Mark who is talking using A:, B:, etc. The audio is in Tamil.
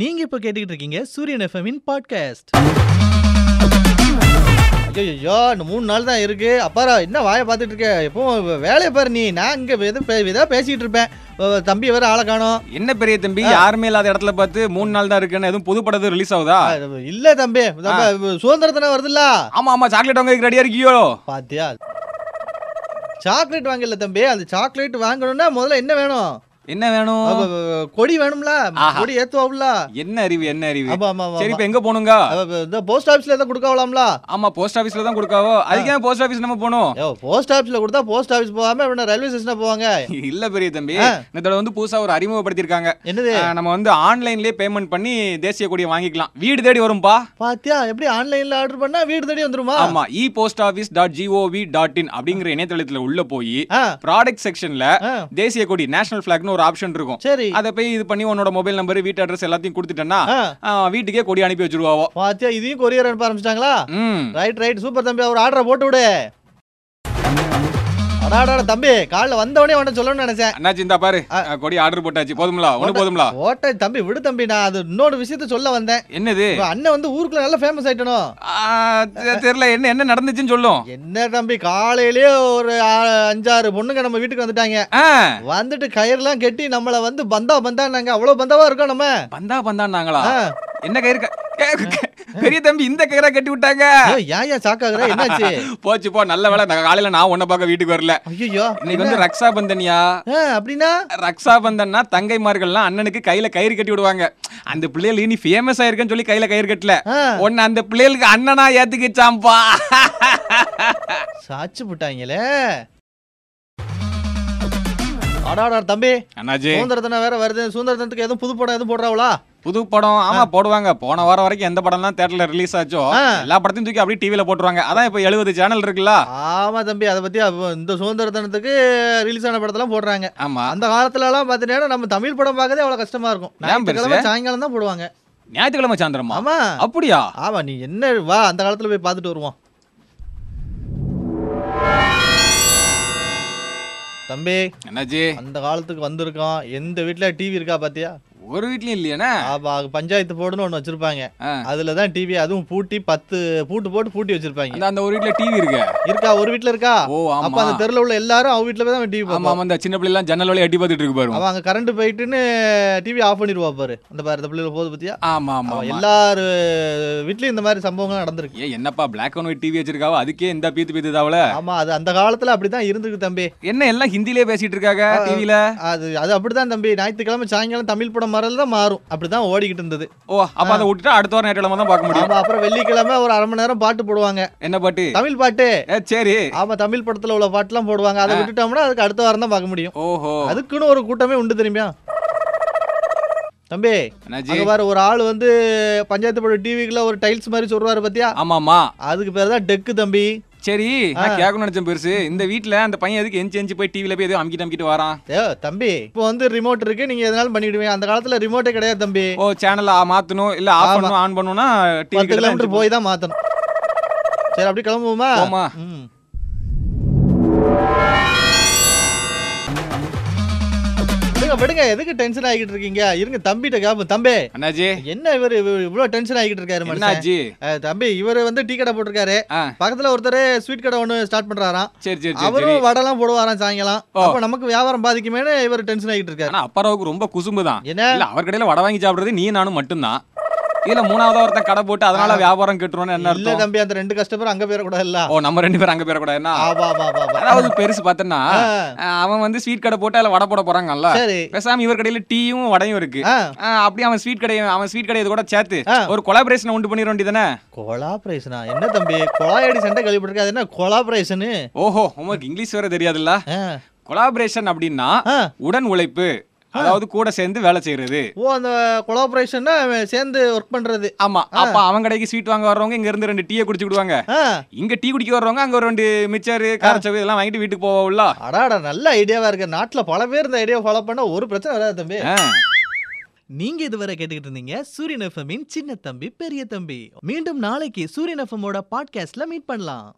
A: நீங்க இப்ப கேட்டுக்கிட்டு இருக்கீங்க சூரியன் எஃப்எம்மின் பாட்காஸ்ட்
B: ஐயோ இன்னும் மூணு நாள் தான் இருக்கு அப்பாரா என்ன வாயை பார்த்துட்டு இருக்க எப்பவும் வேலையை பாரு நீ நான் இங்க எதுவும் பே- இதா பேசிட்டு இருப்பேன் அஹ் தம்பி வேற ஆளை காணோம்
C: என்ன பெரிய தம்பி யாருமே இல்லாத இடத்துல பார்த்து மூணு நாள் தான் இருக்குன்னு எதுவும் புது படத்து ரிலீஸ் ஆகுதா
B: அஹ் இல்ல தம்பி தம்பி, சுதந்திர தினம் வருதுல்ல
C: ஆமா ஆமா சாக்லேட் வாங்க ரெடியா இருக்கியோ
B: பாத்தியா சாக்லேட் வாங்கல தம்பி அந்த சாக்லேட் வாங்கணும்னா முதல்ல என்ன வேணும்
C: என்ன வேணும்
B: அப்ப, அஹ், கொடி வேணும்ல
C: ஆஹா.
B: கொடி ஏத்துவாப்ல
C: என்ன அறிவு என்ன அறிவு
B: ஆமா ஆமா
C: சரி இப்ப எங்க போகணுங்க
B: ஆமா போஸ்ட் ஆபீஸ்ல தான் கொடுக்கலாம்ல
C: ஆமா போஸ்ட் ஆபீஸ்ல தான் கொடுக்காவோ அதுக்கு ஏன் போஸ்ட் ஆபீஸ் நம்ம போகணும்
B: போஸ்ட் ஆபீஸ்ல கொடுத்தா போஸ்ட் ஆபீஸ் போகாம இவன ரயில்வே ஸ்டேஷன்ல போவாங்க
C: இல்ல பெரிய தம்பி இந்த தடவை வந்து புதுசா ஒரு அறிமுகப்படுத்திருக்காங்க
B: என்னது
C: ஆஹ், நம்ம வந்து ஆன்லைன்லயே பேமெண்ட் பண்ணி தேசிய கொடியை வாங்கிக்கலாம் வீடு தேடி வரும்பா
B: பாத்தியா எப்படி ஆன்லைன்ல ஆர்டர் பண்ணா வீடு தேடி வந்துருமா
C: ஆமா e post office dot G O V dot in அப்படிங்கிற இணையதளத்துல உள்ள போய்
B: ஆ
C: ப்ராடக்ட் செக்ஷன்ல
B: ஆ.
C: தேசிய கொடி நேஷனல் ஃபிளாக்னு ஒரு ஆப்ஷன் இருக்கும்
B: சரி
C: அதை போய் இது பண்ணி உன்னோட மொபைல் நம்பர் வீட்டு அட்ரஸ் எல்லாத்தையும் கொடுத்துட்டேன்னா
B: ஆ.
C: ஆ, வீட்டுக்கே கொடி அனுப்பி வச்சிருவாவோ
B: பாத்தியா இதையும் கொரியர் அனுப்ப ஆரம்பிச்சிட்டாங்களா
C: ம்
B: ரைட் ரைட் சூப்பர் தம்பி ஒரு ஆர்டரை போட்டு விடு அடாடா தம்பி காலைல வந்தவனே உன்ன சொல்லணும்னு நினைச்சேன்
C: அண்ணாச்சி இந்தா பாரு ஆ, கொடி ஆர்டர் போட்டாச்சு போதும்ல ஒண்ணு போதும்ல
B: ஓட்ட தம்பி விடு தம்பி நான் அது இன்னொரு விஷயத்த சொல்ல வந்தேன்
C: என்னது
B: உங்க அண்ணன் வந்து ஊருக்குள்ள நல்லா ஃபேமஸ் ஆயிட்டனும்
C: ஆ, தெ- தெரியல என்ன என்ன நடந்துச்சுன்னு சொல்லும்
B: என்ன தம்பி காலையிலேயே ஒரு ஆ- அஞ்சாறு பொண்ணுங்க நம்ம வீட்டுக்கு வந்துட்டாங்க
C: ஆ,
B: வந்துட்டு கயிறுலாம் கட்டி நம்மள வந்து பந்தா பந்தான்னாங்க அவ்வளவு பந்தாவா இருக்கோம் நம்ம
C: பந்தா பந்தான்னாங்களா
B: ஆ.
C: என்ன கயிறு க- கே- கே- பெரிய தம்பி இந்த கயிறா கட்டி விட்டாங்க
B: ஏய், ஏன் ஏன் சாக்காகிற என்னாச்சு
C: போச்சு போ நல்ல வேலை நான் காலையில நான் உன்னை பார்க்க வீட்டுக்கு வரல
B: ஐயோ
C: இன்னைக்கு வந்து ரக்ஷா பந்தனியா
B: அப்படின்னா
C: ரக்ஷா பந்தன்னா தங்கைமார்கள்லாம் அண்ணனுக்கு கையில கயிறு கட்டி விடுவாங்க அந்த பிள்ளைகள் நீ ஃபேமஸ் ஆயிருக்கேன்னு சொல்லி கையில கயிறு கட்டல
B: ஆ.
C: உன்னை அந்த பிள்ளைகளுக்கு அண்ணனா ஏத்துக்கிச்சாம்பா
B: சாச்சு போட்டாங்களே அடாடா தம்பி
C: அண்ணாஜி
B: சுதந்திர தினம் வேற வருது சுதந்திர தினத்துக்கு எதுவும் புது படம் எதுவும் போடுறாங்களா
C: புது படம் ஆமா போடுவாங்க போன வாரம் வரைக்கும் எந்த படம்லாம் தேட்டர்ல ரிலீஸ் ஆச்சோ
B: ஆ.
C: எல்லா படத்தையும் தூக்கி அப்படியே டிவில போட்டுருவாங்க அதான் இப்ப எழுபது சேனல் இருக்குல்ல
B: ஆமா தம்பி அதை பத்தி அப்ப இந்த சுதந்திர தினத்துக்கு ரிலீஸ் ஆன படத்தெல்லாம் போடுறாங்க
C: ஆமா
B: அந்த காலத்துல எல்லாம் பாத்தீங்கன்னா நம்ம தமிழ் படம் பார்க்கதே அவ்வளவு கஷ்டமா இருக்கும்
C: ஏன் பெருசு?
B: ஞாயிற்றுக்கிழமை சாயங்காலம் தான் போடுவாங்க
C: ஞாயிற்றுக்கிழமை சாயந்தரமா
B: ஆமா
C: அப்படியா
B: ஆமா நீ என்ன வா அந்த காலத்துல போய் பார்த்துட்டு வருவோம் தம்பி
C: அண்ணாஜி
B: அந்த காலத்துக்கு வந்திருக்கோம் எந்த வீட்ல டிவி இருக்கா பாத்தியா
C: ஒரு வீட்லயும் இல்லையானே
B: ஆமா, அது பஞ்சாயத்து போர்டுன்னு ஒண்ணு வச்சிருப்பாங்க
C: ஆ.
B: அதுல தான் டிவி அதுவும் பூட்டி பத்து பூட்டு போட்டு பூட்டி வச்சிருப்பாங்க
C: அந்த அந்த ஒரு வீட்ல டிவி இருக்கு
B: இருக்கா ஒரு வீட்ல இருக்கா
C: ஓ
B: அப்ப
C: ஆமா
B: அந்த தெருல உள்ள எல்லாரும் அவங்க வீட்ல போய் தான் டிவி
C: ஆமா
B: பார்ப்பாங்க
C: ஆமா இந்த சின்ன பிள்ளை எல்லாம் ஜன்னல் வழியா எட்டி பார்த்துட்டு இருக்கு பாருங்க
B: அவன் அங்க கரண்ட் போயிட்டுன்னு டிவி ஆஃப் பண்ணிடுவா பாரு அந்த பாரு இந்த பிள்ளைல போகுது பத்தியா
C: ஆமா ஆமா
B: அவன்
C: ஆமா.
B: எல்லாரு வீட்லயும் இந்த மாதிரி சம்பவங்கள் நடந்திருக்கு
C: ஏ என்னப்பா பிளாக் அண்ட் ஒயிட் டிவி வச்சிருக்காவோ அதுக்கே இந்த பீத்து பீத்து தாவல
B: ஆமா அது அந்த காலத்துல அப்படிதான் இருந்திருக்கு தம்பி
C: என்ன எல்லாம் ஹிந்திலே பேசிட்டு இருக்காங்க டிவில
B: அது அது அப்படிதான் தம்பி ஞாயிற்றுக்கிழமை சாயங்காலம் தமிழ் படம் மாதிரி தான் மாறும் அப்படிதான் ஓடிக்கிட்டு இருந்தது
C: ஓ அப்ப அதை விட்டுட்டு அடுத்த வாரம் ஞாயிற்றுக்கிழமை தான் பார்க்க முடியும்
B: ஆமா அப்புறம் வெள்ளிக்கிழமை ஒரு அரை மணி நேரம் பாட்டு போடுவாங்க
C: என்ன பாட்டு
B: தமிழ் பாட்டு
C: ஏ, சரி
B: ஆமா தமிழ் படத்துல உள்ள பாட்டுலாம் போடுவாங்க அதை விட்டுட்டோம்னா அதுக்கு அடுத்த வாரம் தான் பார்க்க முடியும்
C: ஓஹோ
B: அதுக்குன்னு ஒரு கூட்டமே உண்டு தெரியுமா தம்பி
C: அண்ணாஜி
B: அங்க பாரு ஒரு ஆள் வந்து பஞ்சாயத்து போட டிவிக்குள்ள ஒரு டைல்ஸ் மாதிரி சொல்றாரு பாத்தியா
C: ஆமாமா
B: அதுக்கு பேர் தான் டெக்கு தம்பி
C: சரி நான் கேட்கணும்னு நினைச்சேன் பெருசு இந்த வீட்ல அந்த பையன் எதுக்கு எஞ்சி எஞ்சி போய் டிவில போய் எதுவும் அமுக்கிட்டு அமுக்கிட்டு வரான்
B: ஏ தம்பி இப்போ வந்து ரிமோட் இருக்கு நீங்க எதனாலும் பண்ணிடுவீங்க அந்த காலத்துல ரிமோட்டே கிடையாது தம்பி
C: ஓ சேனல் மாத்தணும் இல்ல ஆஃப் பண்ணணும் ஆன் பண்ணணும்னா டிவி
B: பத்து கிலோமீட்டர் போய் தான் மாத்தணும் சரி அப்படி கிளம்புவோமா
C: போமா
B: ம். விடுங்க விடுங்க எதுக்கு டென்ஷன் ஆகிட்டு இருக்கீங்க இருங்க தம்பிட்ட கேப்போம் தம்பி
C: அண்ணாஜி
B: என்ன இவர் இவ்வளவு டென்ஷன் ஆகிட்டு இருக்காரு மனுஷன்
C: என்னாச்சு
B: அஹ், தம்பி இவர் வந்து டீ கடை போட்டிருக்காரு
C: ஆ
B: பக்கத்துல ஒருத்தர் ஸ்வீட் கடை ஒன்று ஸ்டார்ட் பண்றாராம்
C: சரி சரி சரி சரி
B: அவரும் வடைலாம் போடுவாராம் சாயங்காலம்
C: ஓ.
B: அப்ப நமக்கு வியாபாரம் பாதிக்குமேனு இவர் டென்ஷன் ஆகிட்டு இருக்காரு
C: ஆனா அப்பாராவுக்கு ரொம்ப குசும்பு தான்
B: என்ன
C: இல்ல அவர் கடையில வடை வாங்கி சாப்பிடுறது நீ நானும் மட்டும்தான் இதுல மூணாவது ஒருத்தன் கடை போட்டு அதனால வியாபாரம் கெட்டுருவோம்னு என்ன
B: இல்ல
C: அர்த்தம்
B: தம்பி அந்த ரெண்டு கஸ்டமர் அங்க போயிடக்கூடாதுல்ல
C: ஓ நம்ம ரெண்டு பேரும் அங்க போயிடக்கூடாதுன்னா
B: ஆமா ஆமா ஆமா, ஆமா
C: அதாவது பெருசு பார்த்தேன்னா
B: ஆ,
C: அஹ் அவன் வந்து ஸ்வீட் கடை போட்டு அதில் வடை போட போறாங்கல்ல
B: சரி
C: பேசாம இவர் கடையில டீயும் வடையும் இருக்கு
B: ஆ
C: அஹ் அப்படியே அவன் ஸ்வீட் கடையை அவன் ஸ்வீட் கடையை இது கூட சேர்த்து
B: ஆ.
C: ஒரு கொலாபரேஷன் உண்டு பண்ணிட வேண்டியதானே
B: கொலாபரேஷனா என்ன தம்பி கொலாயடி சண்டை கழிப்பட்டிருக்கு அது என்ன கொலாபரேஷனு
C: ஓஹோ உங்களுக்கு இங்கிலீஷ் வேற தெரியாதுல்ல கொலாபரேஷன் அப்படின்னா உடன் உழைப்பு அதாவது கூட சேர்ந்து வேலை செய்யறது
B: ஓ அந்த கொலாபரேஷன்னா சேர்ந்து ஒர்க் பண்றது
C: ஆமா அப்ப அவன் கடைக்கு ஸ்வீட் வாங்க வர்றவங்க இங்க இருந்து ரெண்டு டீயை குடிச்சுடுவாங்க
B: ஆ,
C: இங்க டீ குடிக்க வர்றவங்க அங்க ஒரு ரெண்டு மிச்சர் காரச்சவு இதெல்லாம் வாங்கிட்டு வீட்டுக்கு போவோம்ல
B: அடாடா நல்ல ஐடியாவா இருக்கு நாட்டுல பல பேர் இந்த ஐடியா ஃபாலோ பண்ணா ஒரு பிரச்சனை வராது தம்பி
C: ஆ.
A: நீங்க இதுவரை கேட்டுக்கிட்டு இருந்தீங்க சூரியன் எஃப்எம்மின் சின்ன தம்பி பெரிய தம்பி மீண்டும் நாளைக்கு சூரியன் எஃப்எம்மோட பாட்காஸ்ட்ல மீட் பண்ணலாம்